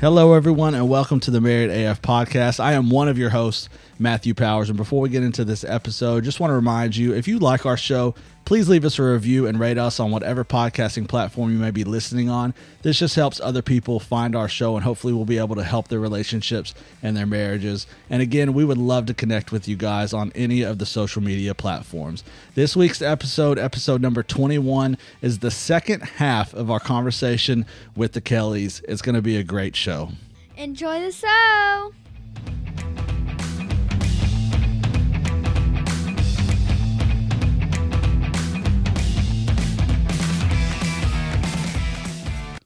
Hello, everyone, and welcome to the Married AF podcast. I am one of your hosts, Matthew Powers. And before we get into this episode, just want to remind you if you like our show, please leave us a review and rate us on whatever podcasting platform you may be listening on. This just helps other people find our show, and hopefully, we'll be able to help their relationships and their marriages. And again, we would love to connect with you guys on any of the social media platforms. This week's episode, episode number 21, is the second half of our conversation with the Kellys. It's going to be a great show. Enjoy the show.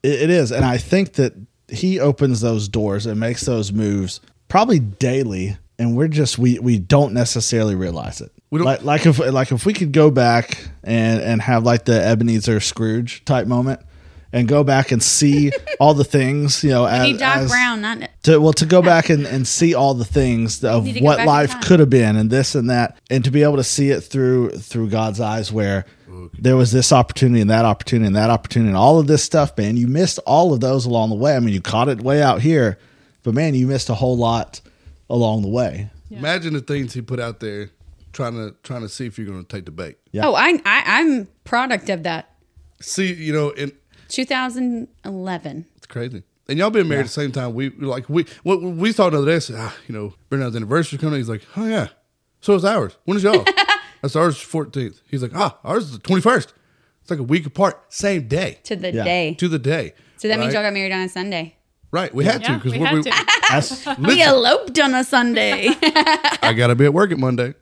It, it is. And I think that he opens those doors and makes those moves probably daily. And we're just we we don't necessarily realize it. We don't- like, like if like if we could go back and and have like the Ebenezer Scrooge type moment, and go back and see all the things you know. As, Need Doc as- Brown, not to well to go back and, and see all the things of Need to go what back in life time. could have been and this and that and to be able to see it through through god's eyes where there was this opportunity and that opportunity and that opportunity and all of this stuff man you missed all of those along the way i mean you caught it way out here but man you missed a whole lot along the way Imagine the things he put out there, trying to trying to see if you're going to take the bait. Yeah. Oh, I, I I'm product of that. See, you know, and 2011. it's crazy. And y'all been married at the same time. We like we what we saw the other day. I Said, ah, you know, Bernard's anniversary coming. He's like, oh yeah, so it's ours. When is y'all? That's ours fourteenth. He's like, ah, ours is the twenty first. It's like a week apart, same day to the Yeah. day. to the day. So that means right? y'all got married on a Sunday. right. We had to Yeah, because we we, had we, to. That's- We eloped on a Sunday. I gotta be at work at Monday.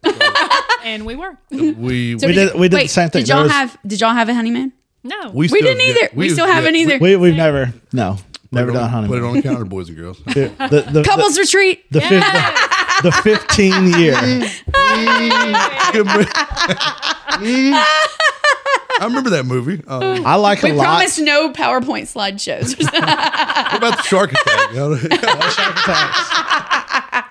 and we were. We So we, did- we did the wait, same thing. Did There y'all was- have Did y'all have a honeymoon? No. we We still didn't either. get- We, still haven't yeah, either. we, we've never no never put it done on- Put it honeymoon on the calendar, boys and girls. the, the, the, Couples retreat. the, fif- the 15 year Good mo- I remember that movie. Um, i like We a lot promised no PowerPoint slideshows. what about the shark attack? Y'all,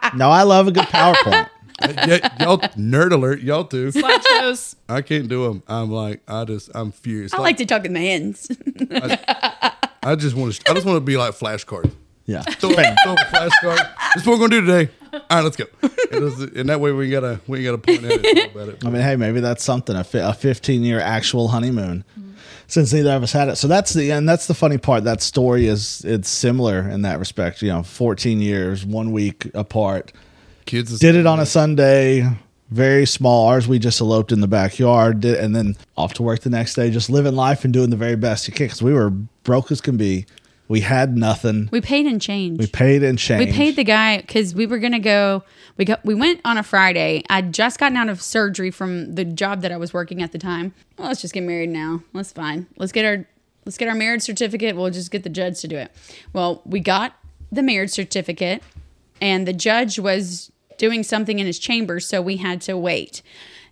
no i love a good powerpoint y- y'all- nerd alert, y'all too. Slideshows. I can't do them. I'm like, I just, I'm furious. I like to talk in the hands. I just want to, I just want to be like flashcards. yeah Throw, throw a flashcard. This is what we're gonna do today. All right, let's go. And, it's- and that way we ain't gotta, we ain't gotta point at it about it. I mean, hey, maybe that's something a, fi- a 15 year actual honeymoon since neither of us had it. So that's the and that's the funny part. That story is it's similar in that respect. You know, 14 years, one week apart. Kids is, Did it on a Sunday, very small. Ours, we just eloped in the backyard, did, and then off to work the next day, just living life and doing the very best you can. Because we were broke as can be. We had nothing. we paid in change. We paid and changed. We paid the guy because we were gonna go. We got we went on a Friday. I would just gotten out of surgery from the job that I was working at the time. Well, let's just get married now. That's fine. Let's get our let's get our marriage certificate. We'll just get the judge to do it. Well, we got the marriage certificate, and the judge was doing something in his chamber, so we had to wait.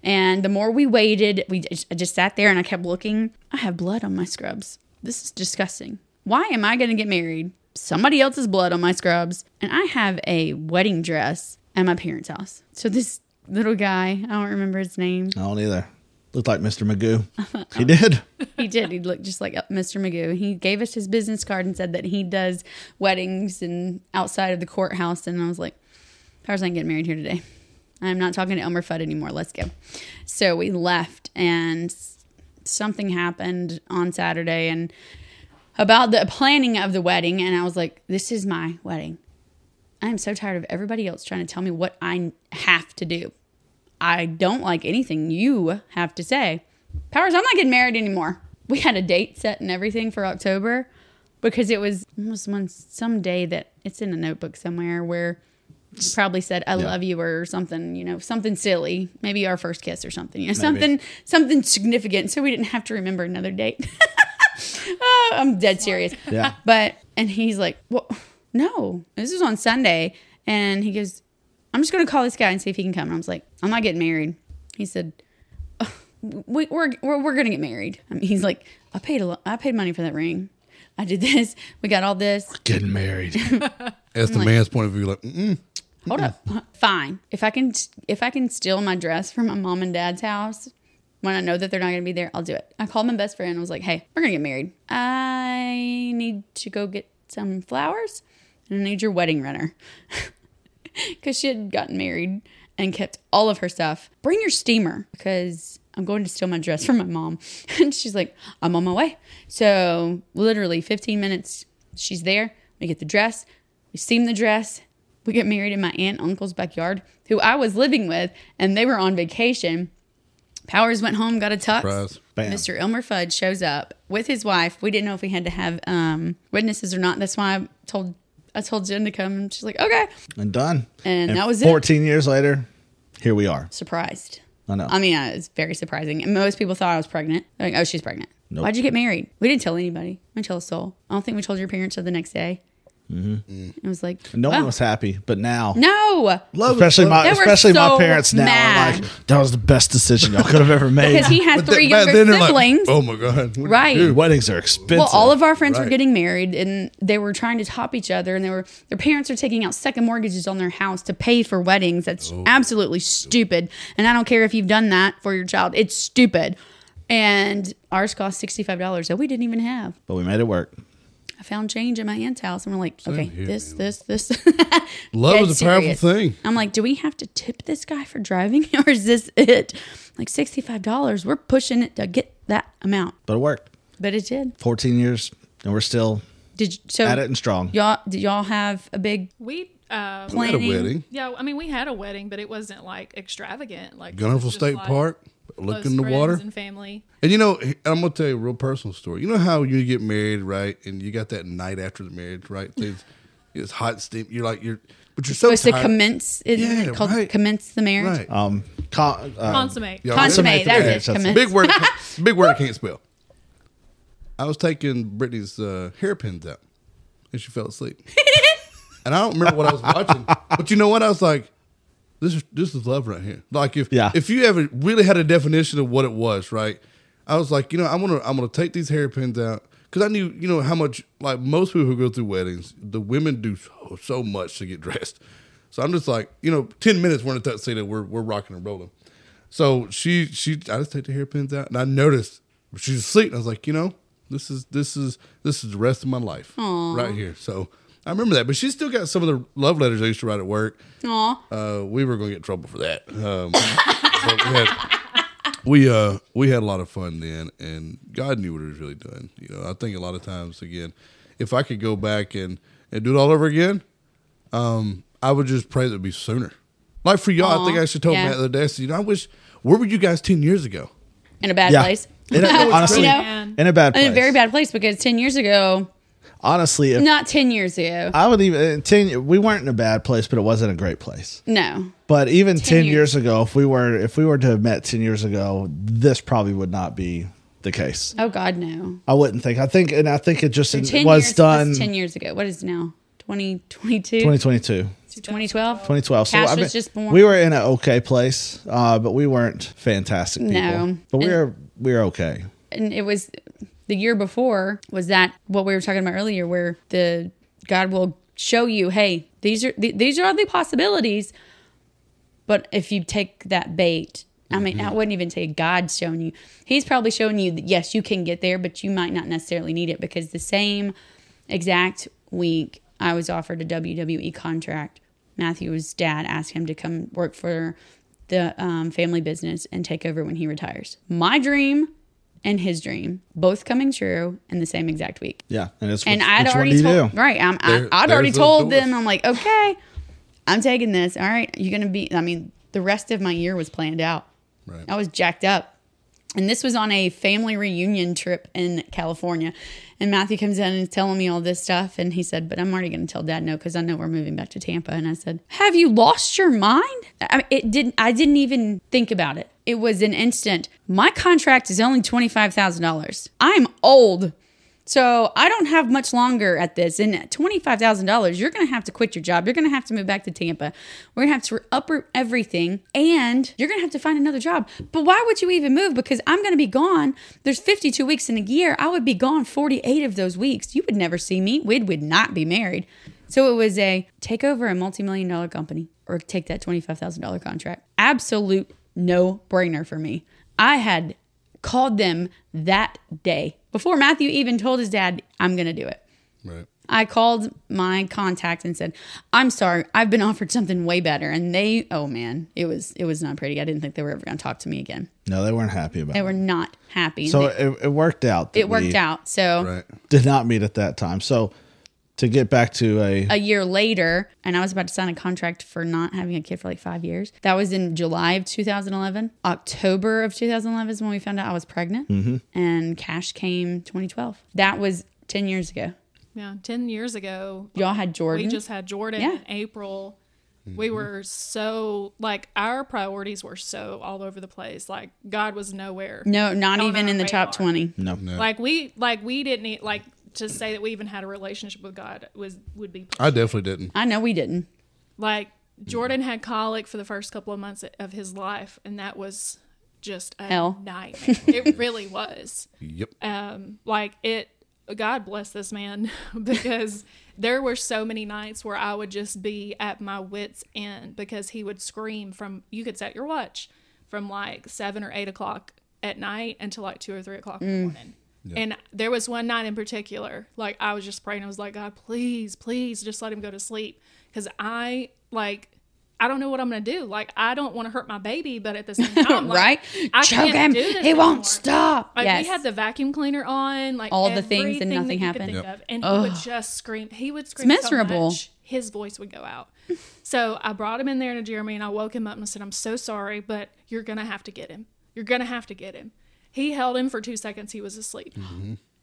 And the more we waited, we I just sat there and I kept looking. I have blood on my scrubs. This is disgusting. Why am I going to get married? Somebody else's blood on my scrubs, and I have a wedding dress at my parents' house. So this little guy, I don't remember his name. I don't either. Looked like Mr. Magoo. he did. He did. He looked just like Mr. Magoo. He gave us his business card and said that he does weddings and outside of the courthouse. And I was like, Powers ain't getting married here today. I'm not talking to Elmer Fudd anymore. Let's go. So we left, and s- something happened on Saturday, and about the planning of the wedding. And I was like, this is my wedding. I am so tired of everybody else trying to tell me what I have to do. I don't like anything you have to say. Powers, I'm not getting married anymore. We had a date set and everything for October because it was almost one some day that it's in a notebook somewhere where you probably said I love you or something, you know, something silly, maybe our first kiss or something, you know, something something significant so we didn't have to remember another date. Oh, I'm dead serious. Yeah. But and he's like, "Well, no, this is on Sunday," and he goes, "I'm just gonna call this guy and see if he can come." And I was like, "I'm not getting married." He said, "Ugh, we, "We're we're we're gonna get married." I mean, he's like, "I paid a lot. I paid money for that ring. I did this. We got all this. Getting married. that's Oh the man's point of view. Like, mm Hold up. Fine. If I can if I can steal my dress from my mom and dad's house when I know that they're not going to be there, I'll do it. I called my best friend and was like, "Hey, we're going to get married. I need to go get some flowers and I need your wedding runner. Because she had gotten married and kept all of her stuff. Bring your steamer because I'm going to steal my dress from my mom. And she's like, I'm on my way. So, literally 15 minutes, she's there. We get the dress, we steam the dress. We get married in my aunt and uncle's backyard, who I was living with, and they were on vacation. Powers went home, got a tux. Surprise. Bam. Mr. Elmer Fudd shows up with his wife. We didn't know if we had to have um, witnesses or not. That's why I told I told Jen to come. and She's like, okay, and done. And that was it. 14 years later, here we are. surprised. I know. I mean, uh, it's very surprising. And most people thought I was pregnant. They're like, oh, she's pregnant. Nope. Why'd you get married? We didn't tell anybody. We didn't tell a soul. I don't think we told your parents till the next day. Mm-hmm. It was like no one wow. was happy, but now, No, Love especially my They were especially my so parents now, are mad. like that was the best decision y'all could have ever made. because he had But th- three back younger then they're like, siblings. oh my god! What- Right. dude, Weddings are expensive. Well, all of our friends were Right. getting married, and they were trying to top each other, and they were their parents are taking out second mortgages on their house to pay for weddings. That's Oh. absolutely stupid, and I don't care if you've done that for your child. It's stupid, and ours cost sixty five dollars that we didn't even have. but we made it work. I found change in my aunt's house, and we're like, okay, here, this, this, this, Love Dead is a powerful serious. thing. I'm like, do we have to tip this guy for driving, or is this it? Like sixty five dollars, we're pushing it to get that amount, But it worked. but it did. 14 years and we're still Did you- so at it and strong. Y'all, did y'all have a big We, We uh, had a Planning. wedding. yeah, I mean, we had a wedding, but it wasn't like extravagant. Like Gunnerville just, State like, Park. Look close in the friends water. and family. And you know, and I'm gonna tell you a real personal story. You know how you get married, right? And you got that night after the marriage, right? It's, it's hot steam. You're like you're, but you're so supposed to tired. commence isn't Yeah, it called right. commence the marriage Right. Um, con- uh, Consummate. Yeah. Consummate consummate the marriage, that's it that's it. commence big word. I can't- big word. I can't spell. I was taking Brittany's uh, hairpins out, and she fell asleep. and I don't remember what I was watching, but you know what? I was like, "This is this is love right here." Like if Yeah. if you ever really had a definition of what it was, right? I was like, you know, I'm gonna I'm gonna take these hairpins out because I knew you know how much like most people who go through weddings, the women do so, so much to get dressed. So I'm just like, you know, ten minutes we're in a tuxedo, we're we're rocking and rolling. So she she I just take the hairpins out and I noticed she's asleep. And I was like, you know, this is this is this is the rest of my life right here. So I remember that, but she still got some of the love letters I used to write at work. Aw. Uh, we were going to get in trouble for that. Um, but we, had, we uh we had a lot of fun then, and God knew what He was really doing. You know, I think a lot of times again, if I could go back and and do it all over again, um, I would just pray that it'd be sooner. Like for y'all, I think I actually told yeah. Matt the other day. I said, you know, I wish where were you guys ten years ago? in a bad yeah. place In a, honestly, You know? in a bad place. in a very bad place because 10 years ago Honestly, if not 10 years ago I would even ten, we weren't in a bad place, but it wasn't a great place. no But even ten, years. years. ago, if we were if we were to have met ten years ago, this probably would not be the case. oh god no I wouldn't think. I think, and I think it just it 10 was years done was 10 years ago what is it now 2022 2022. 2012 2012. Cash so I was mean, just born we were in an okay place, uh, but we weren't fantastic people. No. But we were we were okay. and it was the year before was that what we were talking about earlier where the god will show you hey these are th- these are the possibilities but if you take that bait i mean i wouldn't even say god's showing you he's probably showing you that yes you can get there but you might not necessarily need it because the same exact week i was offered a wwe contract matthew's dad asked him to come work for the um, family business and take over when he retires my dream and his dream both coming true in the same exact week. Yeah, and it's And which, I'd which one already do you told do? right, I'm, There- I, I'd already there's those told doors. them. I'm like, okay, I'm taking this. All right, you're gonna be. I mean, the rest of my year was planned out. Right. I was jacked up, and this was on a family reunion trip in California. And Matthew comes in and is telling me all this stuff, and he said, "But I'm already gonna tell Dad no because I know we're moving back to Tampa." And I said, "Have you lost your mind?" I mean, it didn't. I didn't even think about it. It was an instant. My contract is only twenty five thousand dollars. I'm old. So I don't have much longer at this. And at $25,000, you're going to have to quit your job. You're going to have to move back to Tampa. We're going to have to uproot everything and you're going to have to find another job. But why would you even move? Because I'm going to be gone. There's 52 weeks in a year. I would be gone 48 of those weeks. You would never see me. We would not be married. So it was a take over a multi-million dollar company or take that $25,000 contract. Absolute no brainer for me. I had called them that day before Matthew even told his dad, I'm going to do it. Right. I called my contact and said, "I'm sorry, I've been offered something way better." And they, oh man, it was it was not pretty. I didn't think they were ever going to talk to me again. No, they weren't happy about They it. were not happy. So uh, They- it, it worked out. that it worked we out. So Right. Did not meet at that time. So to get back to a, a year later, and I was about to sign a contract for not having a kid for like five years. That was in July of 2011. October of 2011 is when we found out I was pregnant, and cash came 2012. That was 10 years ago. Yeah, 10 years ago, Y'all had Jordan. we just had Jordan Yeah. in April. We Mm-hmm. were so like our priorities were so all over the place. Like God was nowhere. no, not on even our in the top radar. 20. no. Like we like we didn't e- like to say that we even had a relationship with God was would be I definitely didn't. I know we didn't. like Jordan had colic for the first couple of months of his life, and that was just a Hell. nightmare. it really was. Yep. um, like it god bless this man because there were so many nights where i would just be at my wits end because he would scream from you could set your watch from like seven or eight o'clock at night until like two or three o'clock Mm. in the morning and there was one night in particular like i was just praying i was like god please please just let him go to sleep because i like I don't know what I'm gonna do. Like, I don't want to hurt my baby, but at the same time, like, right? I Choke can't him. do this He won't anymore. stop. Like yes. we had the vacuum cleaner on, like All the things and everything that you nothing could happened. think of, and he would just scream. He would scream miserable. so much, his voice would go out. So I brought him in there to Jeremy, and I woke him up and I said, "I'm so sorry, but you're gonna have to get him. You're gonna have to get him." He held him for two seconds. He was asleep,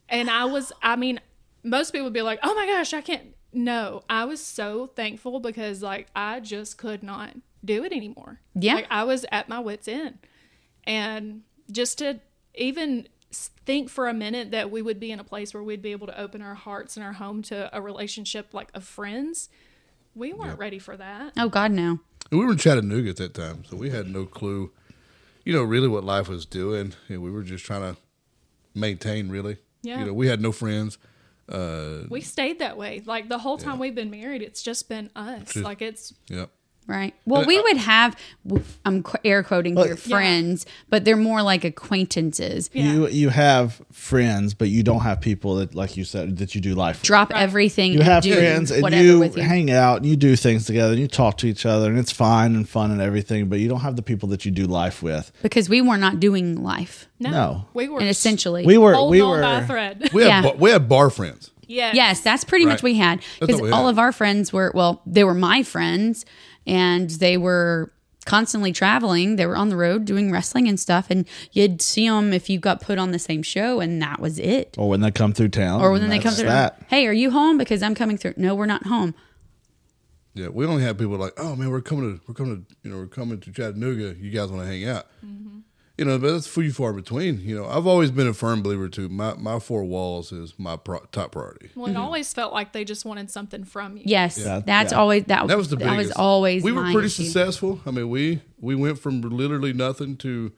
and I was. I mean, most people would be like, "Oh my gosh, I can't." No, I was so thankful because like I just could not do it anymore. Yeah. like, I was at my wits' end and just to even s- think for a minute that we would be in a place where we'd be able to open our hearts and our home to a relationship like of friends we weren't ready for that oh, God, no. And we were in Chattanooga at that time, so we had no clue, you know, really what life was doing. And we were just trying to maintain, really. Yeah. You know, we had no friends. we stayed that way like the whole time we've been married it's just been us Just- like it's Yep. Right. Well, we would have, I'm qu- air quoting here, friends, but they're more like acquaintances. You you have friends, but you don't have people that, like you said, that you do life. with. Drop everything. you and have do friends and whatever you, with you. hang out and you do things together and you talk to each other and it's fine and fun and everything but you don't have the people that you do life with because we were not doing life. no, No. we were And essentially, we were we holding on by a were thread We had, Yeah. bar, we had bar friends. yes Yes, that's pretty much Right. what we had what because we all had. of our friends were well, they were my friends, and they were constantly traveling. They were on the road doing wrestling and stuff, and you'd see them if you got put on the same show, and that was it. or when they come through town Or when they that's come through, that hey, are you home? Because I'm coming through. No, we're not home. Yeah. We only had people like, oh man, we're coming to, we're coming to, you know, we're coming to Chattanooga. You guys want to hang out? You know, but that's few far between. You know, I've always been a firm believer too. My my four walls is my pro- top priority. well Mm-hmm. it always felt like they just wanted something from you Yes, That- that's yeah. always that, That was the biggest. that was always we were my pretty issue. successful. I mean, we we went from literally nothing to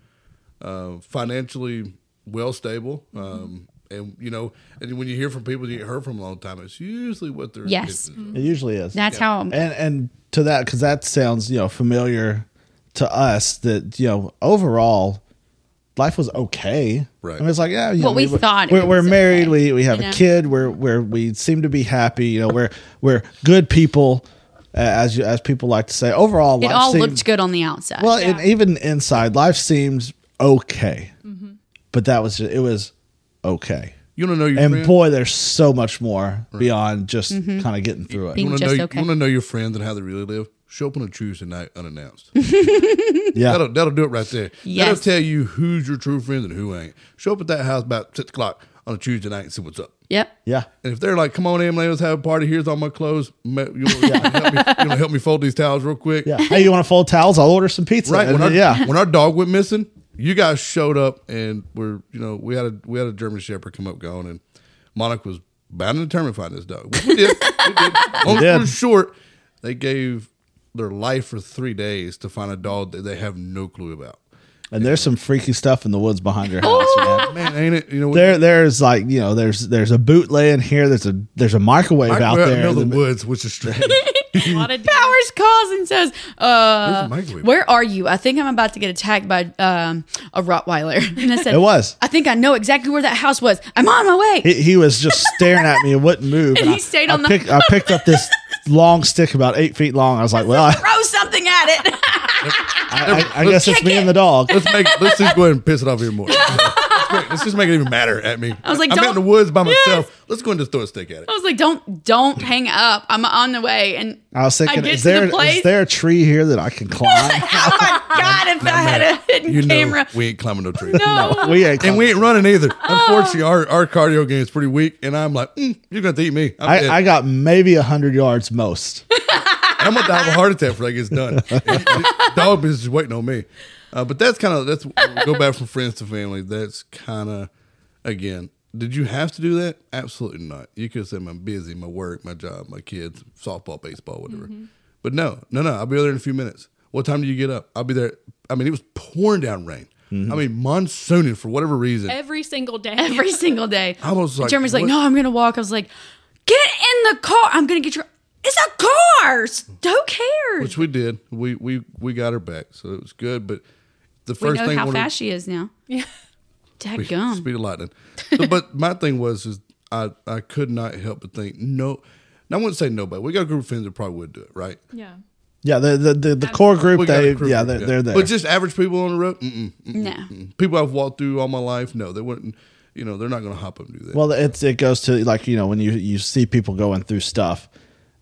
uh, financially well stable. Um, and you know, and when you hear from people you ain't heard from a long time, it's usually what they're Yes. it usually is That's how and and to that because that sounds you know familiar to us that you know overall life was okay Right. I mean, it's like yeah you know, What we thought it we're, we're was married okay, we we have you a know? kid we're we're we seem to be happy you know we're we're good people uh, as you as people like to say overall it life all seemed- looked good on the outside. well and even inside life seems okay Mm-hmm. but that was it was okay You want to know your and friends. boy there's so much more beyond just Mm-hmm. kind of getting through it Being- you want to Just know, okay. you want to know your friends and how they really live. Show up on a Tuesday night unannounced. yeah That'll that'll do it right there. Yes. That'll tell you who's your true friends and who ain't. Show up at that house about six o'clock on a Tuesday night and see what's up. Yep. yeah And if they're like, "Come on in, let's have a party. Here's all my clothes. Ma- You want to help, me- you wanna help me fold these towels real quick?" Yeah. Hey, you want to fold towels? I'll order some pizza. Right. And When our, then- yeah. When our dog went missing, you guys showed up, and we're you know we had a we had a German Shepherd come up going, and Monica was bound and determined to find this dog. We did. we did. Long did. story short, they gave their life for three days to find a dog that they have no clue about. And there's some freaky stuff in the woods behind your house. Oh. man. Man, ain't it? You know, There, there's like you know, there's there's a bootleg in here. There's a there's a microwave I grew out out in the there. middle of the woods, which is strange. a lot of deer. Powers calls and says, uh, Where's the microwave? "Where are you? I think I'm about to get attacked by um, a Rottweiler." And I said, It was. I think I know exactly where that house was. I'm on my way." He, he was just staring at me and wouldn't move. And he stayed I, on I the- picked, I picked up this long stick about eight feet long. I was like, well, I, Throw something at it. I, I guess it's Kick me it. and the dog. Let's make let's just go ahead and piss it off even more. Let's make- Let's just make it even madder at me. I was like, I'm out don't- in the woods by Yes. myself. Let's go and just throw a stick at it. I was like, "Don't, don't hang up. I'm on the way." And Uh-uh. I was thinking, get is to the there, is place- there a tree here that I can climb? oh my god, if I had a hidden You know, camera, Oh, we ain't climbing no tree. no. Oh. we ain't And climbing. we ain't running either. Unfortunately, our, our cardio game is pretty weak, and I'm like, mm, you're gonna have to eat me. I'm, I, dead. I got maybe 100 yards most. And I'm gonna die of a heart attack before that gets done. Dog business is waiting on me. Uh, but that's kind of that's go back from friends to family. That's kind of again. Did you have to do that? Absolutely not. You could have said I'm busy, my work, my job, my kids, softball, baseball, whatever. Mm-hmm. But no, no, no. I'll be there in a few minutes. What time do you get up? I'll be there. I mean, it was pouring down rain. Mm-hmm. I mean, monsooning for whatever reason. every single day. every single day. I was like, Jeremy's like, what? "No, I'm gonna walk." I was like, "Get in the car. I'm gonna get your." It's a car. S- Who cares? Which we did. We we we got her back, so it was good. But the we first know thing how when we- fast she is now. Yeah. Dad Speed- gum. Speed of lightning. So, but my thing was is I I could not help but think no. And I wouldn't say nobody. We got a group of friends that probably would do it, right? Yeah. Yeah, the, the, the, the core We group, got a they, group yeah, of- they're, they're there. But just average people on the road, mm-mm, mm-mm. No. people I've walked through all my life, no, they wouldn't. You know, they're not going to hop up and do that. Well, it's it goes to like you know when you you see people going through stuff.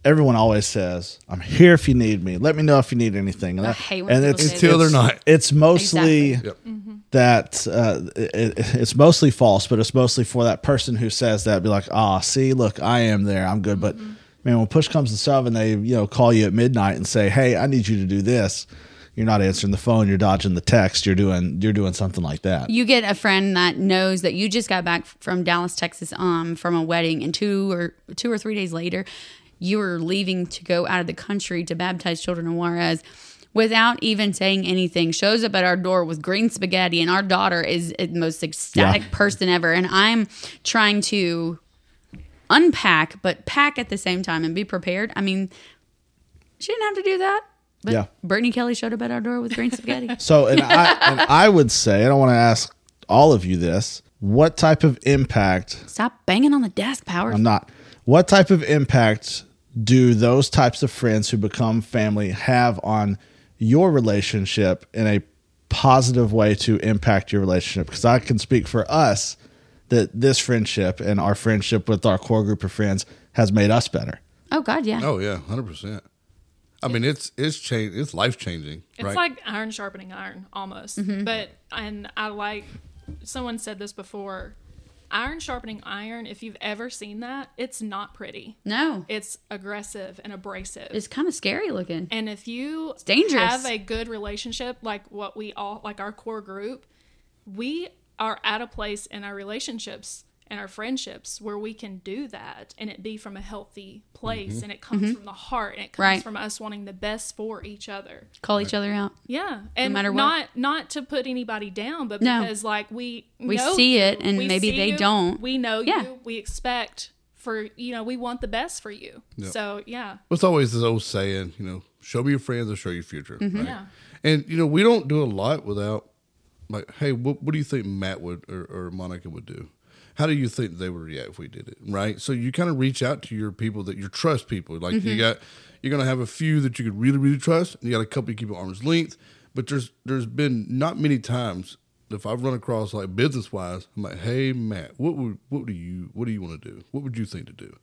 Everyone always says, "I'm here if you need me. Let me know if you need anything." And I that- hate when and people say Until they're not. It's mostly Exactly. Mm-hmm. Yep. that uh, it, it- it's mostly false, but it's mostly for that person who says that. Be like, "Ah, see, look, I am there. I'm good." But Mm-hmm. man, when push comes to shove, and they you know call you at midnight and say, "Hey, I need you to do this," you're not answering the phone. You're dodging the text. You're doing you're doing something like that. You get a friend that knows that you just got back from Dallas, Texas, um, from a wedding, and two or two or three days later, you were leaving to go out of the country to baptize children in Juarez. Without even saying anything, shows up at our door with green spaghetti, and our daughter is the most ecstatic Yeah. person ever. And I'm trying to unpack, but pack at the same time and be prepared. I mean, she didn't have to do that. But Yeah. Brittany Kelly showed up at our door with green spaghetti. So, and I, and I would say, and I want to ask all of you this what type of impact, Stop banging on the desk, Powers. I'm not, what type of impact do those types of friends who become family have on your relationship in a positive way to impact your relationship? Because I can speak for us that this friendship and our friendship with our core group of friends has made us better. Oh God, yeah. Oh yeah, hundred percent. I mean, it's it's change. It's life changing, It's right? like iron sharpening iron almost. Mm-hmm. But and I like someone said this before. Iron sharpening iron, if you've ever seen that, it's not pretty. No, It's aggressive and abrasive. it's kind of scary looking. and if you dangerous. have a good relationship like what we all like our core group, we are at a place in our relationships and our friendships where we can do that and it be from a healthy place and it comes from the heart and it comes Mm-hmm. Right. from us wanting the best for each other. Call each other out. Yeah, and matter what. not not to put anybody down, but No. because like we We know see you, it, and we maybe see they you, don't. We know Yeah. you. We expect for you know we want the best for you. So yeah, It's always this old saying, you know, show me your friends, I'll show you your future. right? Yeah. And, you know, we don't do a lot without, like, hey, what, what do you think Matt would or, or Monica would do? How do you think they would react if we did it? Right. So you kind of reach out to your people that your trust people. Like, you got, you're going to have a few that you could really, really trust, and you got a couple you keep at arm's length. But there's there's been not many times if I've run across like business wise, I'm like, hey Matt, what would what do you what do you want to do? What would you think to do?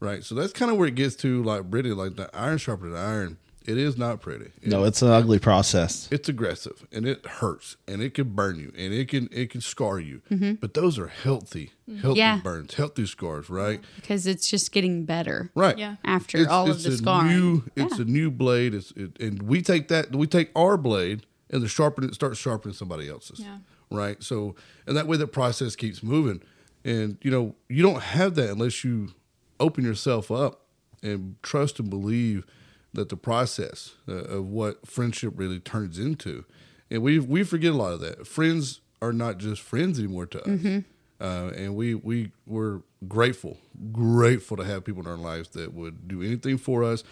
Right. So that's kind of where it gets to like Brittany, like the iron sharpened iron. It is not pretty. It- No, it's an ugly process. It's aggressive and it hurts and it can burn you and it can it can scar you. But those are healthy, healthy Yeah. burns, healthy scars, right? Because it's just getting better Right. Yeah. after all of the a scarring. New, it's a new blade. It's it, and we take that we take our blade and the sharpen it starts sharpening somebody else's. Yeah. Right. So and that way the process keeps moving. And you know, you don't have that unless you open yourself up and trust and believe that the process uh, of what friendship really turns into. And we we forget a lot of that. Friends are not just friends anymore to us uh, and we we were grateful, grateful to have people in our lives that would do anything for us.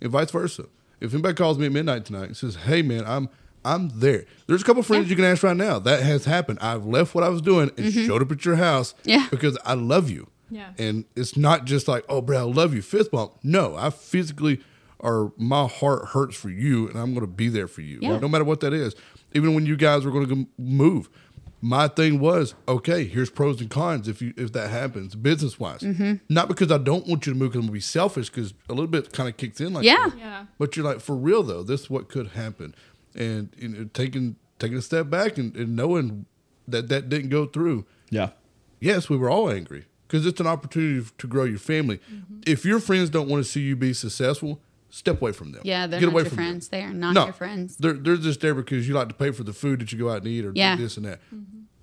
and vice versa. If anybody calls me at midnight tonight and says, "Hey, man, I'm I'm there," there's a couple friends you can ask right now. That has happened. I've left what I was doing and showed up at your house, Yeah. because I love you. Yeah. and it's not just like, "Oh, bro, I love you," fist bump. No, I physically or my heart hurts for you, and I'm going to be there for you, Yeah. no matter what that is. Even when you guys were going to move. My thing was okay. Here's pros and cons if you if that happens business wise. Mm-hmm. Not because I don't want you to move because I'm gonna be selfish because a little bit kind of kicks in like Yeah. that. Yeah. But you're like, for real though, this is what could happen, and you know, taking taking a step back and, and knowing that that didn't go through. Yeah. Yes, we were all angry because it's an opportunity to grow your family. Mm-hmm. If your friends don't want to see you be successful, step away from them. Yeah, they're Get not away your from them. friends. They are not your friends. They're they're just there because you like to pay for the food that you go out and eat or do Yeah. Mm-hmm. this and that.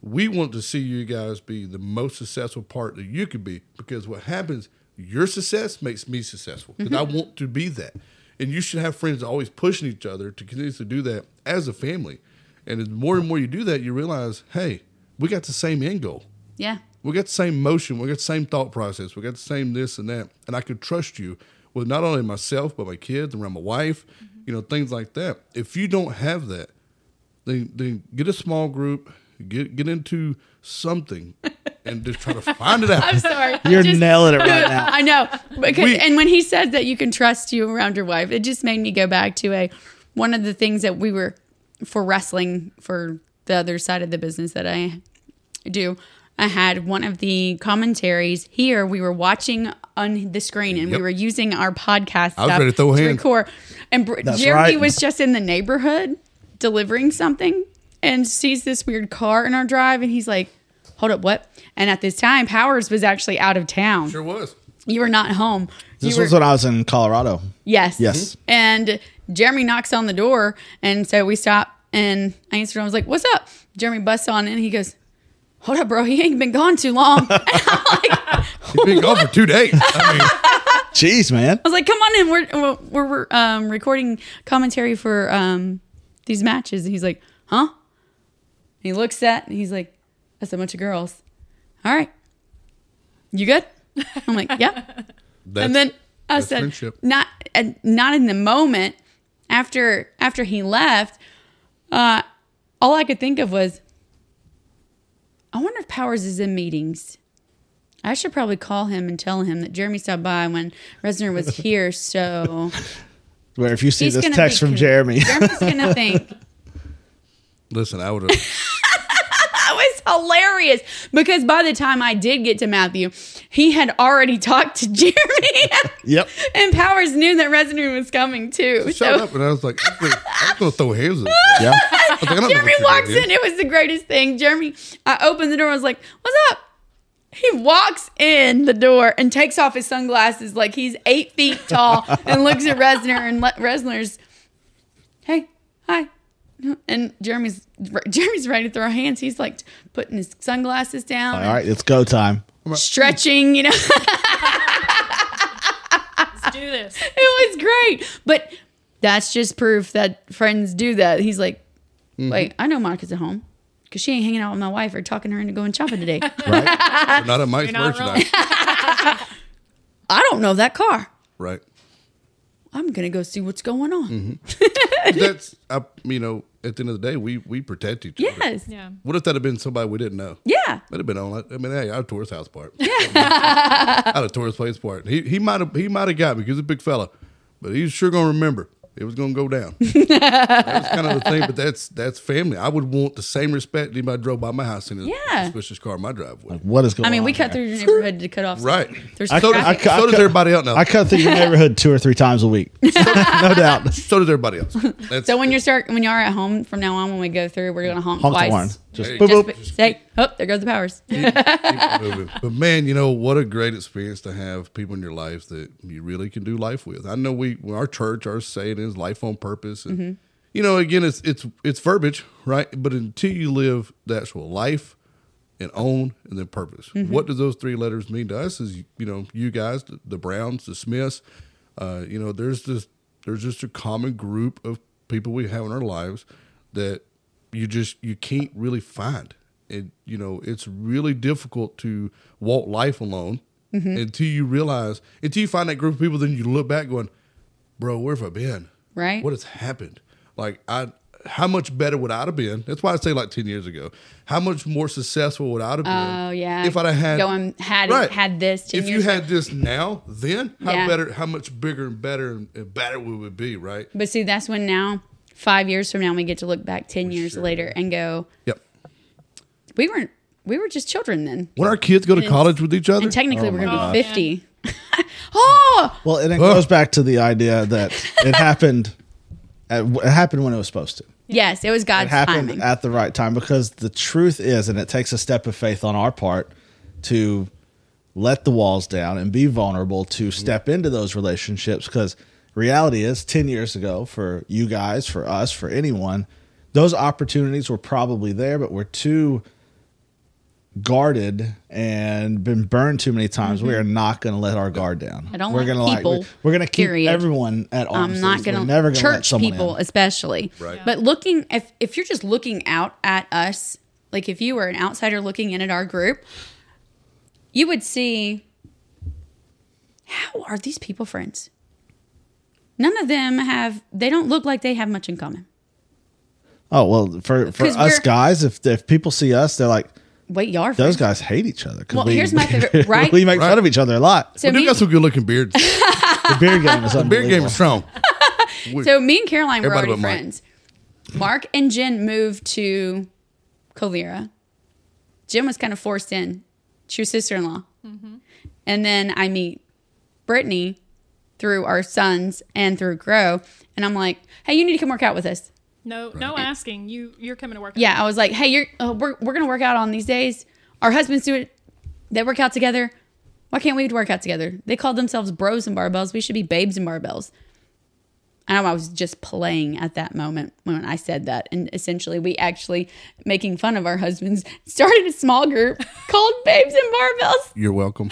We want to see you guys be the most successful part that you could be because what happens, your success makes me successful because Mm-hmm. I want to be that. And you should have friends always pushing each other to continue to do that as a family. And the more and more you do that, you realize, hey, we got the same end goal. Yeah. We got the same motion. We got the same thought process. We got the same this and that. And I could trust you with not only myself, but my kids, around my wife, you know, things like that. If you don't have that, then, then get a small group, get get into something, and just try to find it out. I'm sorry. You're Just- nailing it right now. I know. Because, We- and when he said that you can trust you around your wife, it just made me go back to a one of the things that we were for wrestling for the other side of the business that I do. I had one of the commentaries here. We were watching on the screen and Yep. we were using our podcast I was stuff ready to throw a hand. record. And Br- That's Jeremy right. was just in the neighborhood delivering something and sees this weird car in our drive and he's like, "Hold up, what?" And at this time, Powers was actually out of town Sure was. you were not home. This you were, was when I was in Colorado. yes, Yes. And Jeremy knocks on the door, and so we stop, and I answered. I was like, "What's up?" Jeremy busts on, in, and he goes, "Hold up, bro. He ain't been gone too long." And I'm like, I He's been gone for two days. I mean, Jeez, man. was like, "Come on in. We're we're, we're um, recording commentary for um, these matches." And he's like, "Huh?" And he looks at, and he's like, "That's a bunch of girls." All right, you good? I'm like, "Yeah." that's, and then I that's said, friendship. not uh, not in the moment. After after he left, uh, all I could think of was, I wonder if Powers is in meetings. I should probably call him and tell him that Jeremy stopped by when Resner was here. So Where if you see he's this gonna text be from con- Jeremy, Jeremy's gonna think listen, I would have. that was hilarious because by the time I did get to Matthew, he had already talked to Jeremy. Yep. And Powers knew that Resner was coming too. Shut So up, and I was like, I'm gonna, I'm gonna throw hands. At this. yeah, I was like, I don't know Jeremy what you're walks doing in. It was the greatest thing. Jeremy, I opened the door. I was like, "What's up?" He walks in the door and takes off his sunglasses like he's eight feet tall and looks at Resner and le- Resner's, "Hey, hi." And Jeremy's Jeremy's ready to throw hands. He's like putting his sunglasses down, all and right, it's go time. stretching. You know, Let's do this. it was great. But that's just proof that friends do that. He's like, "Wait, I know Monica's at home." Cause she ain't hanging out with my wife or talking her into going shopping today. Right? here. Not at Mike's You're not merchandise, I don't know that car. right? I'm gonna go see what's going on. that's I, you know at the end of the day we we protect each other. Yes. Yeah. What if that had been somebody we didn't know? Yeah. That'd have been on. like, I mean, hey, I'd tore his house apart. Yeah. I'd have tore his place apart. He he might have he might have got me because he's a big fella, but he's sure gonna remember it was gonna go down. that's kind of the thing. But that's that's family. I would want the same respect anybody drove by my house in his Yeah. suspicious car in my driveway. What is going? I mean, on we cut here? through your neighborhood to cut off. some- Right. There's So, does- traffic. I so does cut- everybody else now. I cut through your neighborhood two or three times a week, no doubt. so does everybody else. That's, so when you're start when you are at home from now on, when we go through, we're gonna honk, Honk the twice. horn. Just Hey. boop Just boop. be- say, oh, there goes the powers. keep moving. But man, you know what a great experience to have people in your life that you really can do life with. I know we our church, our saying is life on purpose, and you know again it's it's it's verbiage, right? But until you live the actual life and own and then purpose, what do those three letters mean to us? Is you know you guys, the, the Browns, the Smiths, uh, you know there's this there's just a common group of people we have in our lives that you just you can't really find it you know it's really difficult to walk Mm-hmm. life alone until you realize until you find that group of people then you look back going bro, where have I been? Right. What has happened? Like I, how much better would I have been? That's why I say like ten years ago. How much more successful would I have been? Oh, yeah. If I'd have had Going- had it- had this 10 if years you ago. had this now, then how Yeah. better? How much bigger and better and, and better we would be, right? But see, that's when now, five years from now, we get to look back 10 years sure later and go, Yep. we weren't, we were just children then. When our kids go to college with each other, And technically, we're going to gosh. be 50. oh, Well, and it goes back to the idea that it happened. At, it happened when it was supposed to. yes, it was It God's happened timing. at the right time because the truth is, and it takes a step of faith on our part to let the walls down and be vulnerable to step into those relationships because reality is 10 years ago for you guys, for us, for anyone, those opportunities were probably there, but we're too guarded and been burned too many times. We are not going to let our guard down. Mm-hmm. I don't we're like gonna people, we're going to keep period. everyone at arm's I'm not length. We're going never to gonna let church someone in. people, especially. Right. Yeah. But looking, if if you're just looking out at us, like if you were an outsider looking in at our group, you would see how are these people friends? None of them have. They don't look like they have much in common. Oh well, for for 'Cause us we're- guys, if if people see us, they're like, Wait, y'all are those guys friends. hate each other. 'cause Well, here's my favorite- right? we make fun of each other a lot. So we do me, got some good looking beards. the beer game is Beard unbelievable. game is strong. so me and Caroline were Everybody already but Mike. friends. Mark and Jen moved to Calera. Jen was kind of forced in. She was sister in law. And then I meet Brittany through our sons and through Grow. And I'm like, hey, you need to come work out with us. No, no asking. You you're coming to work. Yeah, I was like, hey, you're uh, we're, we're going to work out on these days. Our husbands do it. They work out together. Why can't we work out together? They call themselves bros and barbells. We should be babes and barbells. I know I was just playing at that moment when I said that. And essentially, we actually, making fun of our husbands, started a small group called Babes and Barbells. You're welcome.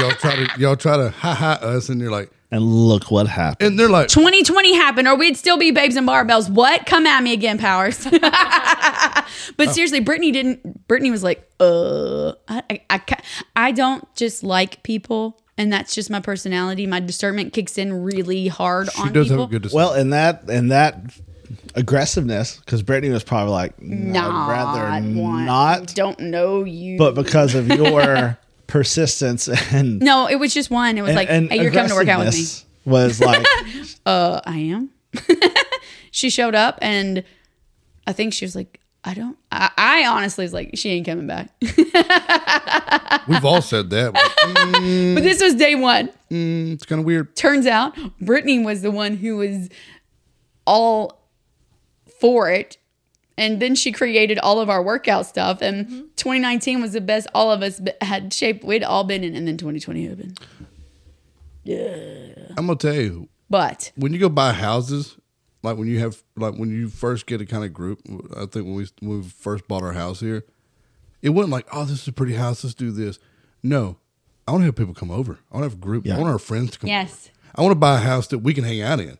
y'all try to y'all try to ha ha us, and you're like, And look what happened. and they're like, 2020 happened, or we'd still be babes and barbells. What? Come at me again, Powers. but seriously, Brittany didn't. Brittany was like, uh, I, I, I, ca- I don't just like people, and that's just my personality. My discernment kicks in really hard she on does people. have a good. Well, and that and that aggressiveness, because Brittany was probably like, nah, Not I'd rather want- not. Don't know you. But because of your persistence and no, it was just one. It was and, like, and hey, you're coming to work out with me. aggressiveness was like, Uh, I am. she showed up, and I think she was like, I don't. I, I honestly was like, she ain't coming back. We've all said that. but, mm, but this was day one. it's kind of weird. turns out Brittany was the one who was all for it. And then she created all of our workout stuff. And 2019 was the best all of us b- had shape we'd all been in. And then 2020 opened. I'm gonna tell you But when you go buy houses, like when you have, like when you first get a kind of group. I think when we when we first bought our house here, it wasn't like, oh, this is a pretty house. Let's do this. No, I want to have people come over. I want to have a group. I want our friends to come. yes, I want to buy a house that we can hang out in.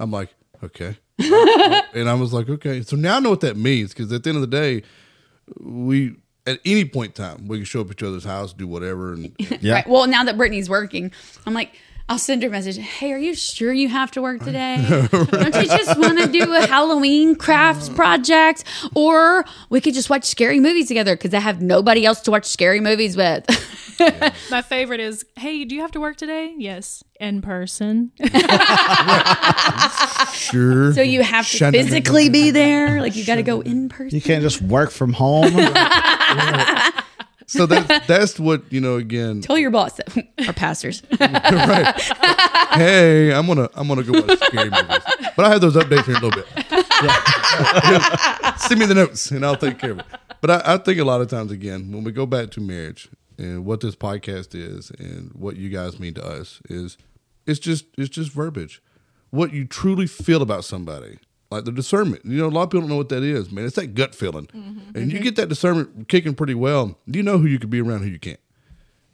I'm like, okay. and I was like, okay. So now I know what that means because at the end of the day, we at any point in time we can show up at each other's house, do whatever, and yeah, right. Well, now that Brittany's working, I'm like, I'll send her a message. Hey, are you sure you have to work today? Don't you just want to do a Halloween crafts project? Or we could just watch scary movies together because I have nobody else to watch scary movies with. My favorite is, hey, do you have to work today? Yes, in person. sure. So you have to Shun- physically be there. Like you got to go in person. you can't just work from home. So that's that's what you know. Again, Tell your boss that our pastors. right? hey, I'm gonna I'm gonna go watch scary movies, but I have those updates here in a little bit. Send me the notes, and I'll take care of it. But I, I think a lot of times, again, when we go back to marriage and what this podcast is and what you guys mean to us is, it's just it's just verbiage. What you truly feel about somebody, like the discernment. You know, a lot of people don't know what that is, man. It's that gut feeling, Mm-hmm. and you get that discernment kicking pretty well. You know who you can be around, who you can't.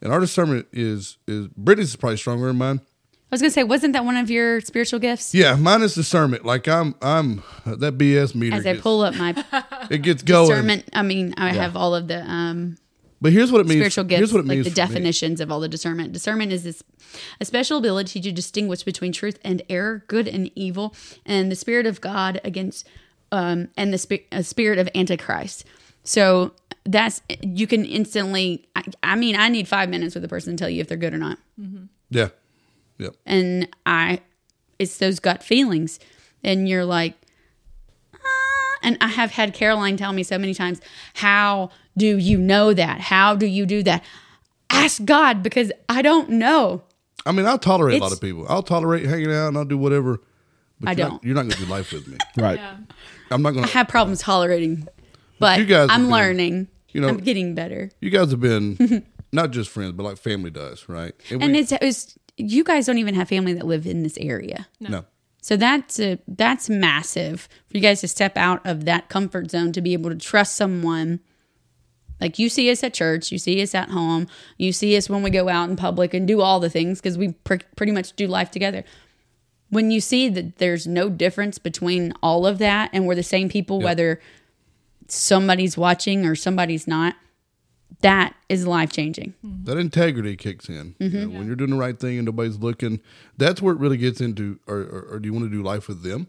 And our discernment is is Brittany's is probably stronger than mine. I was gonna say, wasn't that one of your spiritual gifts? Yeah, mine is discernment. Like I'm I'm that BS meter. As I gets- pull up my it gets going. sermon, I mean, I have all of the um, But here's what it means. spiritual gifts, here's what it like means the for me. definitions of all the discernment. Discernment is this a special ability to distinguish between truth and error, good and evil, and the spirit of God against um, and the spi- uh, spirit of Antichrist. So that's you can instantly. I, I mean, I need five minutes with a person to tell you if they're good or not, Yeah. Yeah. and I it's those gut feelings, and you're like. "Ah," And I have had Caroline tell me so many times, How do you know that? How do you do that? ask God because I don't know. I mean, I'll tolerate a lot It's- of people. I'll tolerate hanging out and I'll do whatever. But I you're don't. Not, you're not going to do life with me. Right. Yeah. I'm not going I to. have problems tolerating, but you guys I'm are good. learning. You know- I'm getting better, You guys have been not just friends, but like family does, right? and we- it's, it's you guys don't even have family that live in this area, no. so that's a, that's massive for you guys to step out of that comfort zone to be able to trust someone. Like you see us at church, you see us at home, you see us when we go out in public and do all the things because we pr- pretty much do life together. When you see that there's no difference between all of that and we're the same people, whether somebody's watching or somebody's not, that is life changing. that integrity kicks in Mm-hmm. You know, when you're doing the right thing and nobody's looking that's where it really gets into or, or, or do you want to do life with them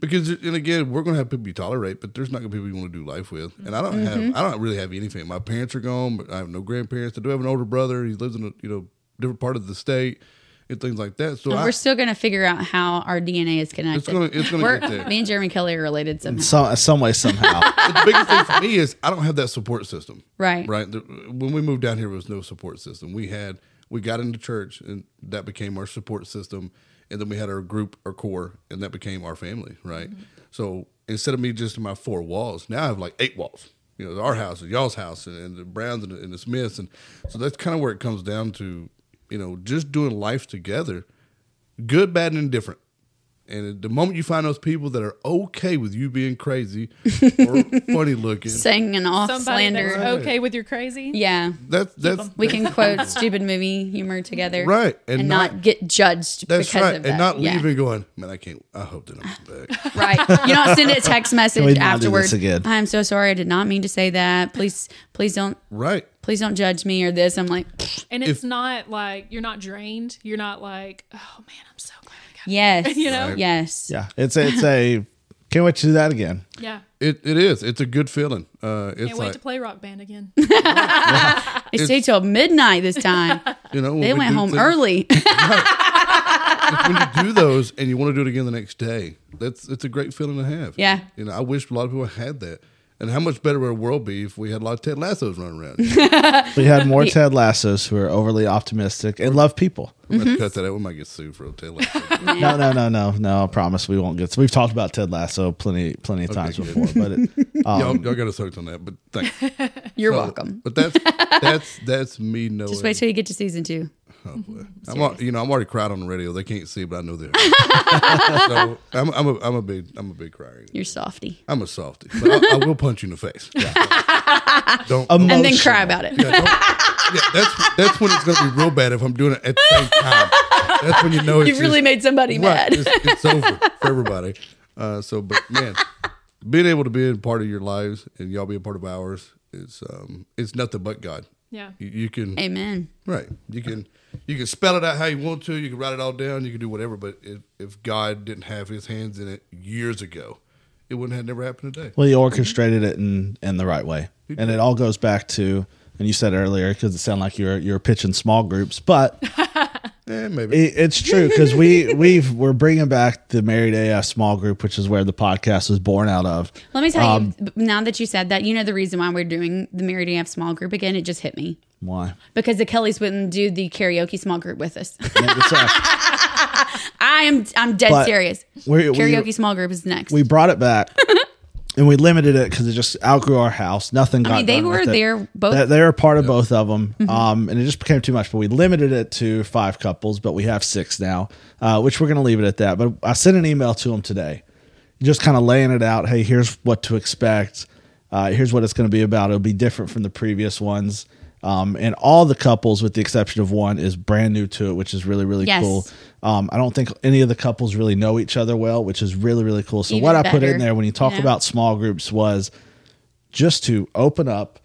because and again we're going to have people you tolerate but there's not going to be people you want to do life with and i don't have Mm-hmm. i don't really have any family my parents are gone but i have no grandparents i do have an older brother he lives in a you know different part of the state and things like that so And I, we're still going to figure out how our DNA is connected. gonna- it's gonna We're- get there. Me and Jeremy Kelly are related somehow. Some some way somehow. but the biggest thing for me is i don't have that support system Right. right The- when we moved down here there was no support system we had we got into church and that became our support system and then we had our group our core and that became our family right so instead of me just in my four walls now i have like eight walls you know our house and y'all's house and, and the browns and, the- and the smiths and so that's kind of where it comes down to you know just doing life together good bad and indifferent and the moment you find those people that are okay with you being crazy or funny looking, Saying an off Somebody slander. that's okay with your crazy. Yeah. that's that's We can quote stupid movie humor together. Right, And, and not, not- get judged That's because right, of and that. not Yeah. leaving going, man. I can't. I hope that I'm back. Right. You don't send a text message we not do this afterwards. again? I'm so sorry. I did not mean to say that. Please, please don't, right. please don't judge me or this. I'm like, And it's not like you're not drained. You're not like, oh man, I'm so glad I got yes. You know? Yes. yeah. It's a, it's a can't wait to do that again. Yeah. It it is. It's a good feeling. Uh, it's Can't wait like to play rock band again. They stayed till midnight this time. you know when They we went do home things- early. when you do those and you want to do it again the next day, that's it's a great feeling to have. Yeah. You know, I wish a lot of people had that. And how much better would our world be if we had a lot of Ted Lasso's running around? We had more Ted Lassos who are overly optimistic and love people. I'm gonna cut that out. We might get sued for a Ted Lasso. No, no, no, no, no. I promise we won't get. We've talked about Ted Lasso plenty, plenty of times good. before, but it, um, y'all, y'all got us hooked on that, but thanks. You're welcome. But that's that's that's me knowing. Just wait till you get to season two. I'm, al- you know, I'm already cried on the radio. They can't see, but I know they're. so I'm, I'm a I'm a big I'm a big crier. You're softy. I'm a softy, but I, I will punch you in the face. Don't. don't- And then Emotional. cry about it. yeah, don't- yeah, that's that's when it's gonna be real bad if I'm doing it at the same time. That's when you know it's You've really just- made somebody right, mad. It's, it's over for everybody. Uh, so, but man, being able to be a part of your lives and y'all be a part of ours is um, it's nothing but God. Yeah. You, you can Amen. Right. You can you can spell it out how you want to. You can write it all down. You can do whatever. But if, if God didn't have His hands in it years ago, it wouldn't have never happened today. Well, you orchestrated it in in the right way, and it all goes back to. And you said earlier because it sounded like you're you're pitching small groups, but Eh, maybe. it, it's true because we we've we're bringing back the married AF small group, which is where the podcast was born out of. Let me tell Um, you, b- now that you said that, you know the reason why we're doing the Married AF small group again? It just hit me. Why? Because the Kellys wouldn't do the karaoke small group with us. Make this up. I am I'm dead But serious. we're- we- karaoke small group is next. we brought it back and we limited it because it just outgrew our house. Nothing got. mean, they done with were it. there both- Mm-hmm. They, they were part of both of them, um, and it just became too much. But we limited it to five couples, but we have six now, uh, which we're going to leave it at that. But I sent an email to them today, just kind of laying it out. Hey, here's what to expect. Uh, here's what it's going to be about. It'll be different from the previous ones. Um, and all the couples, with the exception of one, is brand new to it, which is really, really Yes. cool. Um, I don't think any of the couples really know each other well, which is really, really cool. So Even what I put better, in there when you talk you know? about small groups was just to open up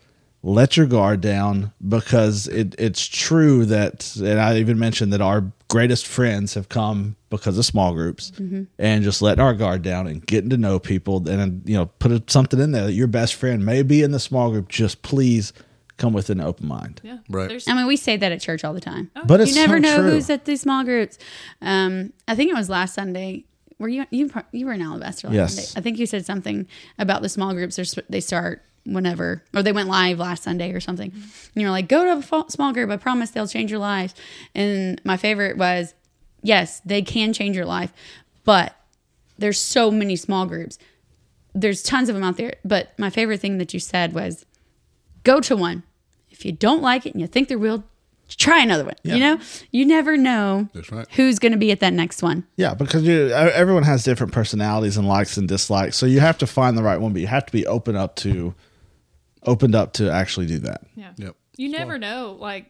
let your guard down because it, it's true that and i even mentioned that our greatest friends have come because of small groups Mm-hmm. and just letting our guard down and getting to know people and you know put a- something in there that your best friend may be in the small group just please come with an open mind Yeah. Right. There's, I mean, we say that at church all the time. But it's you never so know true. who's at these small groups. Um, I think it was last Sunday. Were you you pro- you were in Alabaster last Yes. Sunday? I think you said something about the small groups. They're, sp- they start whenever, or they went live last Sunday or something. And you're like, go to a fa- small group. I promise they'll change your lives. And my favorite was, yes, they can change your life, but there's so many small groups. There's tons of them out there. But my favorite thing that you said was, go to one. If you don't like it and you think they're real, try another one. You know, you never know That's right. who's going to be at that next one. Yeah, because you e, everyone has different personalities and likes and dislikes, so you have to find the right one, but you have to be open up to opened up to actually do that. yeah. Yep. You never know, like,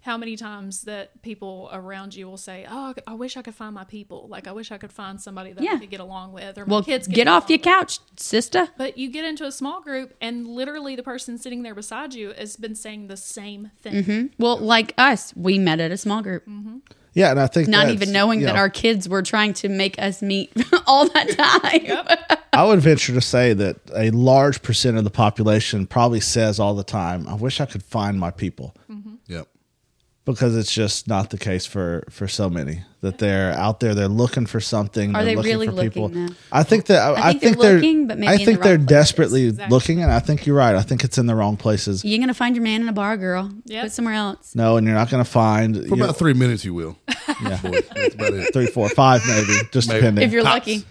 how many times that people around you will say, "Oh, I wish I could find my people. Like, I wish I could find somebody that Yeah. I could get along with." Or my Well, kids kids, could get off along your with." couch, sister. But you get into a small group, and literally the person sitting there beside you has been saying the same thing. Well, like us, we met at a small group, Yeah, and I think not that's, even knowing you that know, our kids were trying to make us meet all that time. I would venture to say that a large percent of the population probably says all the time, "I wish I could find my people," Yep. because it's just not the case for for so many that they're out there, they're looking for something. Are they're they looking really for people. looking, though? I think that I, think they're looking, but maybe I in the think they're wrong places. desperately looking, and I think you're right. I think it's in the wrong places. You're going to find your man in a bar, girl. Yep. Put somewhere else. No, and you're not going to find For you're- about three minutes, you will. Yeah. That's about it. three, four, five, maybe, just Maybe. depending. If you're Pops. lucky.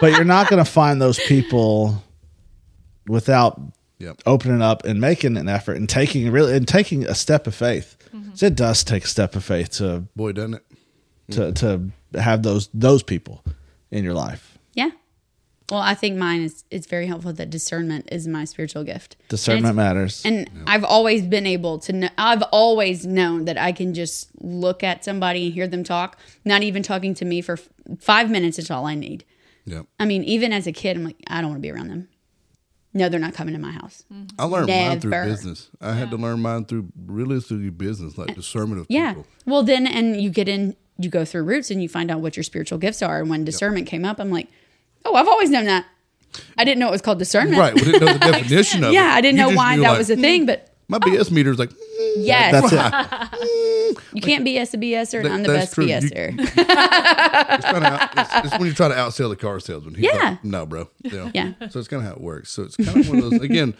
but you're not going to find those people without Yep. opening up and making an effort and taking really and taking a step of faith. Mm-hmm. So It does take a step of faith to Boy, doesn't it? to Mm-hmm. to have those those people in your life. Yeah. Well, I think mine is it's very helpful that discernment is my spiritual gift. And it's Discernment matters. And I've always been able to know, I've always known that I can just look at somebody and hear them talk, not even talking to me for f- five minutes is all I need. Yep. I mean, even as a kid, I'm like, I don't want to be around them. No, they're not coming to my house. I learned mine through Never. business. I had to learn mine through really through business, like discernment of Yeah. people. Well, then, and you get in, you go through roots and you find out what your spiritual gifts are. And when discernment came up, I'm like, oh, I've always known that. I didn't know it was called discernment. Right. We didn't know the definition of it. Yeah, I didn't You know just why knew, that like, was a thing, but My BS meter's like, mm, yes, That's it. you can't BS a BSer, and That- I'm the that's best true. You- BSer. it's, kinda out, it's, it's when you try to outsell the car salesman. He's Yeah. like, no, bro. Yeah. Yeah. So it's kind of how it works. So it's kind of one of those, again,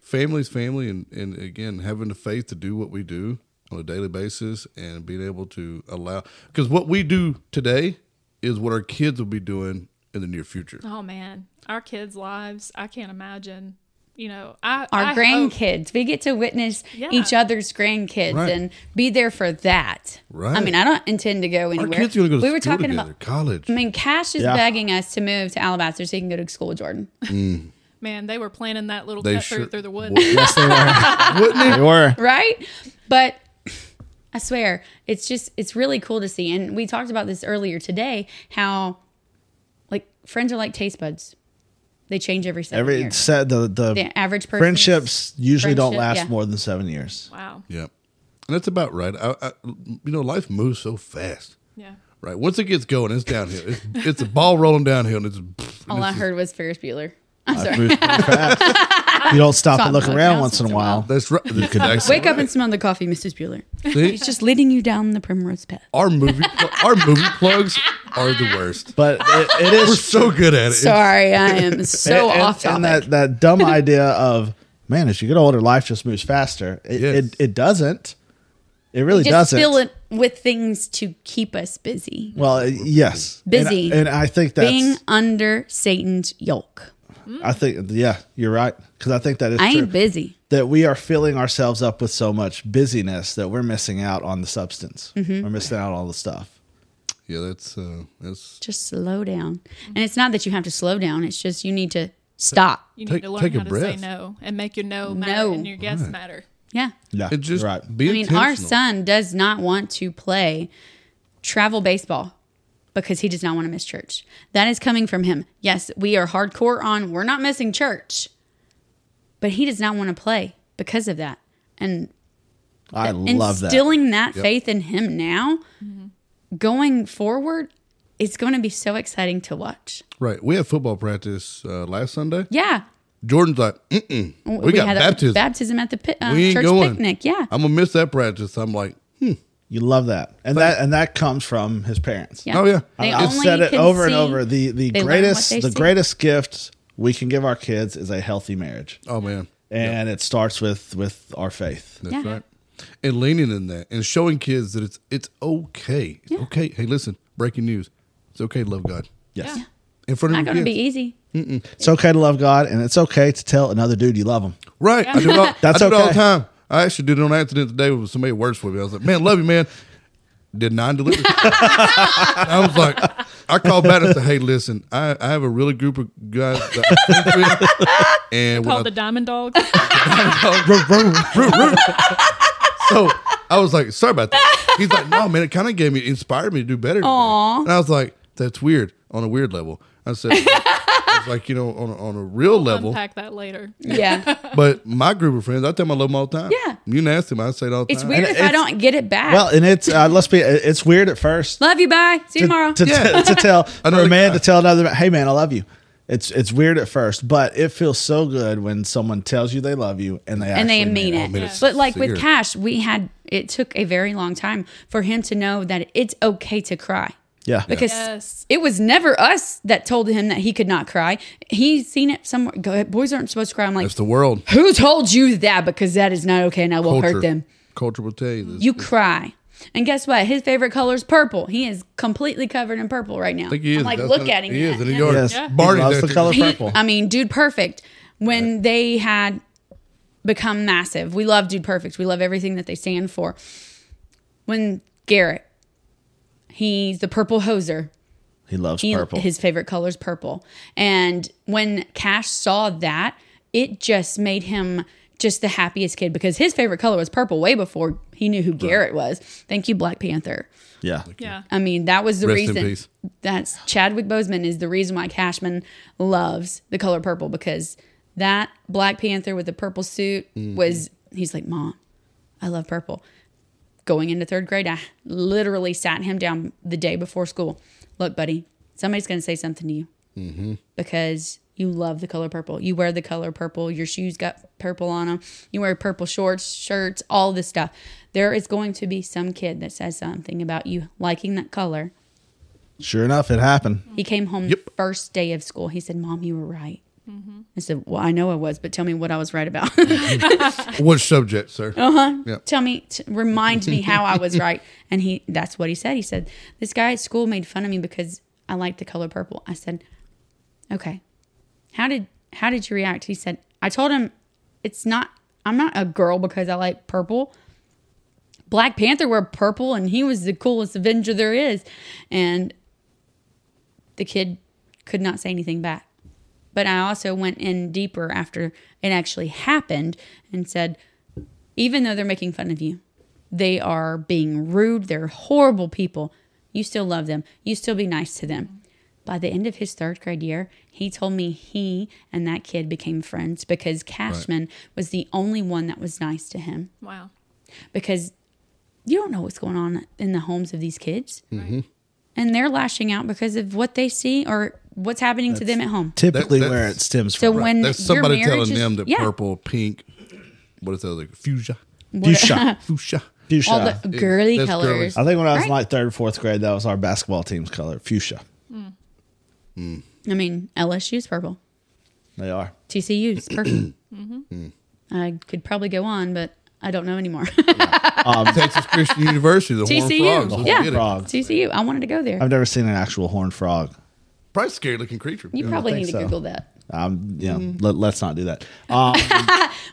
family's family. And, and again, having the faith to do what we do on a daily basis and being able to allow, because what we do today is what our kids will be doing in the near future. Oh man, our kids' lives. I can't imagine. You know, I our I hope- grandkids. We get to witness Yeah. each other's grandkids Right. and be there for that. Right. I mean, I don't intend to go Our anywhere. kids are going to go to we school were talking together, about. college. I mean, Cash is Yeah. begging us to move to Alabaster so he can go to school with Jordan. man, they were planning that little They cut sure- through through the woods. yes, they were. They were. right? But I swear, it's just it's really cool to see. And we talked about this earlier today, how like friends are like taste buds. They change every second. Every year. said the the, The average person's friendships usually don't friendship, last yeah. more than seven years. Wow. Yeah. And that's about right. I, I, you know, life moves so fast. Yeah. Right. Once it gets going, it's downhill. It's, it's a ball rolling downhill, and it's. All and I it's- heard was Ferris Bueller. I'm Bruce sorry. pretty fast. you don't stop and Something look like around that. once in a while. That's right. You could Wake up and smell the coffee, Mrs. Bueller. See, It's just leading you down the primrose path. our movie, our movie plugs are the worst. But it, it is We're so good at it. Sorry, I am so and, off topic. and that that dumb idea of man, as you get older, life just moves faster. It Yes. it, it doesn't. It really just doesn't. fill it with things to keep us busy. Well, uh, yes, Busy. and, I- and I think that's. Being under Satan's yoke. I think yeah, you're right because I think that is I true. ain't busy. that we are filling ourselves up with so much busyness that we're missing out on the substance. Mm-hmm. We're missing out on all the stuff. Yeah, that's uh, that's Just slow down. And it's not that you have to slow down. It's just you need to stop. You Take- need to learn take a how to say breath. no and make your no, matter No. and your yes matter. Yeah. Yeah, it. Just you're right. be I mean, our intentional. son does not want to play travel baseball because he does not want to miss church. That is coming from him. Yes, we are hardcore on we're not missing church. But he does not want to play because of that. And I love that. instilling that, faith in him now, going forward, it's going to be so exciting to watch. Right. We had football practice uh, last Sunday. Yeah. Jordan's like, mm-mm. We, got had a baptism. baptism at the pi- uh, We ain't church going. picnic. Yeah. Oh, I'm gonna miss that practice. I'm like, you love that, and that and that comes from his parents. yeah. oh yeah. They I've only said it can over and see- over. The the they learn greatest what the they see. greatest gift we can give our kids is a healthy marriage, Oh man. and it starts with with our faith. That's Yeah. right. And leaning in that and showing kids that it's it's okay. It's okay. Hey, listen, breaking news. It's okay to love God. Yes, Yeah. In front of Not your going to kids. be easy. it's okay to love God, and it's okay to tell another dude you love him. Right. I do it all, That's I do it all okay. the time. I actually did it on accident today with somebody works for me. I was like, man, love you, man. Did nine deliveries. I was like, I called back and said, hey, listen, I, I have a really group of guys that I think with, and when I- Called the Diamond Dog. so I was like, sorry about that. He's like, no, man, it kind of gave me, inspired me to do better. today." And I was like, that's weird on a weird level. I said, I was like, you know, on a, on a real level, Unpack that later. Yeah. but my group of friends, I tell them I love them all the time. Yeah. You nasty, man. I say it all the It's time. weird And if I it's- don't get it back. Well, and it's uh, let's be it's weird at first. Love you. Bye. See you tomorrow. To, Yeah. to tell for a Another man guy. to tell another man, hey man, I love you. It's it's weird at first, but it feels so good when someone tells you they love you and they and they actually mean I it. mean, it's But like with sincere. Cash, we had it took a very long time for him to know that it's okay to cry. Yeah. Because Yes. it was never us that told him that he could not cry. He's seen it somewhere. Go, boys aren't supposed to cry. I'm like, That's the world. who told you that? Because that is not okay and I will hurt them. Culture will tell you this. You cry. And guess what? His favorite color is purple. He is completely covered in purple right now. I think he is. I'm like, That's look kinda- at him. He is in the it. yard. Yes. Yeah. Barney Barney loves does the it. color He- purple. I mean, Dude Perfect, when they had become massive, we love Dude Perfect. We love everything that they stand for. When Garrett, he's the purple hoser. he loves He, purple. His favorite color is purple. And when Cash saw that, it just made him just the happiest kid because his favorite color was purple way before he knew who Garrett was. Thank you, Black Panther. yeah. Yeah. I mean, that was the Rest in reason. peace. That's Chadwick Boseman is the reason why Cashman loves the color purple because that Black Panther with the purple suit Mm-hmm. was. He's like, Mom, I love purple. Going into third grade, I literally sat him down the day before school. Look, buddy, somebody's going to say something to you Mm-hmm. because you love the color purple. You wear the color purple. Your shoes got purple on them. You wear purple shorts, shirts, all this stuff. There is going to be some kid that says something about you liking that color. Sure enough, it happened. He came home Yep. first day of school. He said, "Mom, you were right." I said, "Well, I know I was, but tell me what I was right about. What subject, sir? Oh, tell me, t- remind me how I was right." And he—that's what he said. He said, "This guy at school made fun of me because I liked the color purple." I said, "Okay, how did how did you react?" He said, "I told him it's not. I'm not a girl because I like purple." Black Panther wore purple and he was the coolest Avenger there is. And the kid could not say anything back. But I also went in deeper after it actually happened and said, even though they're making fun of you, they are being rude, they're horrible people, you still love them, you still be nice to them. By the end of his third grade year, he told me he and that kid became friends because Cashman was the only one that was nice to him Wow. because you don't know what's going on in the homes of these kids. Mm-hmm. And they're lashing out because of what they see or what's happening to them at home. Typically That- where it that's- stems So from. when That's somebody your marriage telling is- them that yeah, purple, pink, what is that? Like fuchsia, Do shot. fuchsia. Fuchsia. all the girly that's girly. colors. I think when I was in Right. like third or fourth grade, that was our basketball team's color, fuchsia. I mean, LSU's purple, They are. TCU's purple. I could probably go on, but I don't know anymore. Texas Christian University, the horn TCU, frogs. the whole yeah, get it. frog. TCU. I wanted to go there. I've never seen an actual horned frog. Probably scary looking creature. you probably think need to so. Google that. Um, yeah, Mm-hmm. let, let's not do that. Um,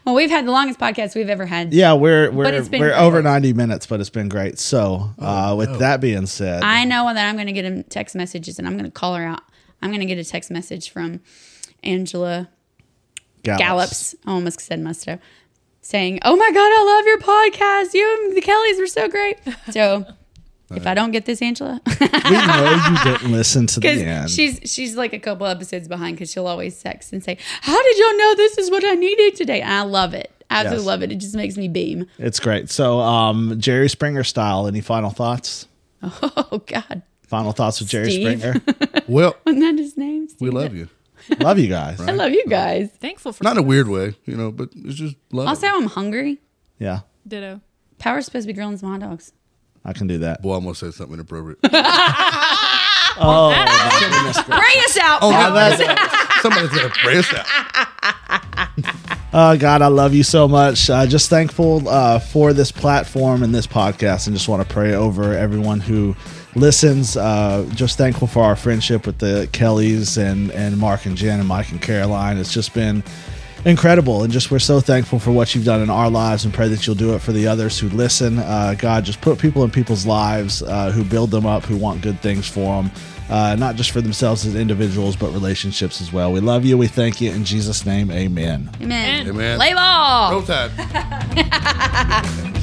Well, we've had the longest podcast we've ever had. yeah, we're we're it's been we're great. over ninety minutes, but it's been great. So, Oh, uh, with that being said, I know that I'm going to get him text messages and I'm going to call her out. I'm going to get a text message from Angela Gallops. I almost said Musto. Saying, "Oh my God, I love your podcast. You and the Kellys were so great." So If I don't get this, Angela, We know you didn't listen to the end. because she's she's like a couple episodes behind because she'll always text and say, "How did y'all know this is what I needed today?" And I love it. I absolutely Yes. love it. It just makes me beam. it's great. So, um, Jerry Springer style. Any final thoughts? Oh God, Final thoughts with Jerry Steve. Springer. Well, wasn't that his name? we love you. Love you guys. I love you guys. Thankful for Not in a weird way, you know, but it's just love. Also, I'm hungry. Yeah, ditto. Power's supposed to be grilling some hot dogs. I can do that. Boy, I almost said something inappropriate. Bring us out. Oh, God, somebody's gonna pray us out. Oh God, I love you so much. Uh, just thankful uh, for this platform and this podcast, and just want to pray over everyone who listens. Uh, just thankful for our friendship with the Kellys and and Mark and Jen and Mike and Caroline. It's just been incredible, and just we're so thankful for what you've done in our lives, and pray that you'll do it for the others who listen. Uh, God, just put people in people's lives uh, who build them up, who want good things for them. Uh, not just for themselves as individuals, but relationships as well. We love you. We thank you. In Jesus' name, amen. Amen. Amen. Play ball. Roll Tide.